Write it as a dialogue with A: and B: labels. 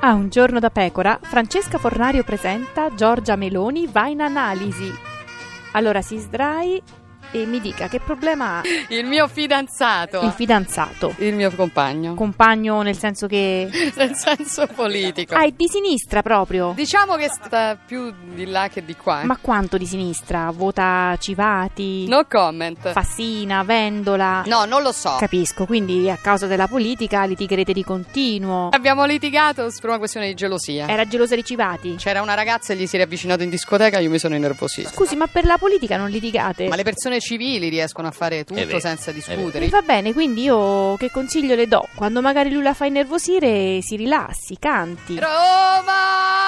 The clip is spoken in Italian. A: A un giorno da pecora, Francesca Fornario presenta Giorgia Meloni va in analisi. Allora si sdrai e mi dica che problema ha
B: Il mio fidanzato.
A: il fidanzato.
B: Il mio compagno.
A: Compagno nel senso che...
B: Nel senso politico.
A: Ah, è di sinistra proprio.
B: Diciamo che sta più di là che di qua. eh.
A: Ma quanto di sinistra? Vota Civati,
B: No comment.
A: Fassina, Vendola.
B: No, non lo so.
A: Capisco, quindi a causa della politica litigherete di continuo.
B: Abbiamo litigato per una questione di gelosia.
A: Era gelosa di Civati.
B: C'era una ragazza e gli si è avvicinato in discoteca, io mi sono innervosito.
A: Scusi, ma per la politica non litigate?
B: Ma le persone civili riescono a fare tutto
C: vero,
B: senza
A: E
B: discutere.
A: Va bene, quindi io che consiglio le do? Quando magari lui la fa innervosire, si rilassi, canti.
B: Roma!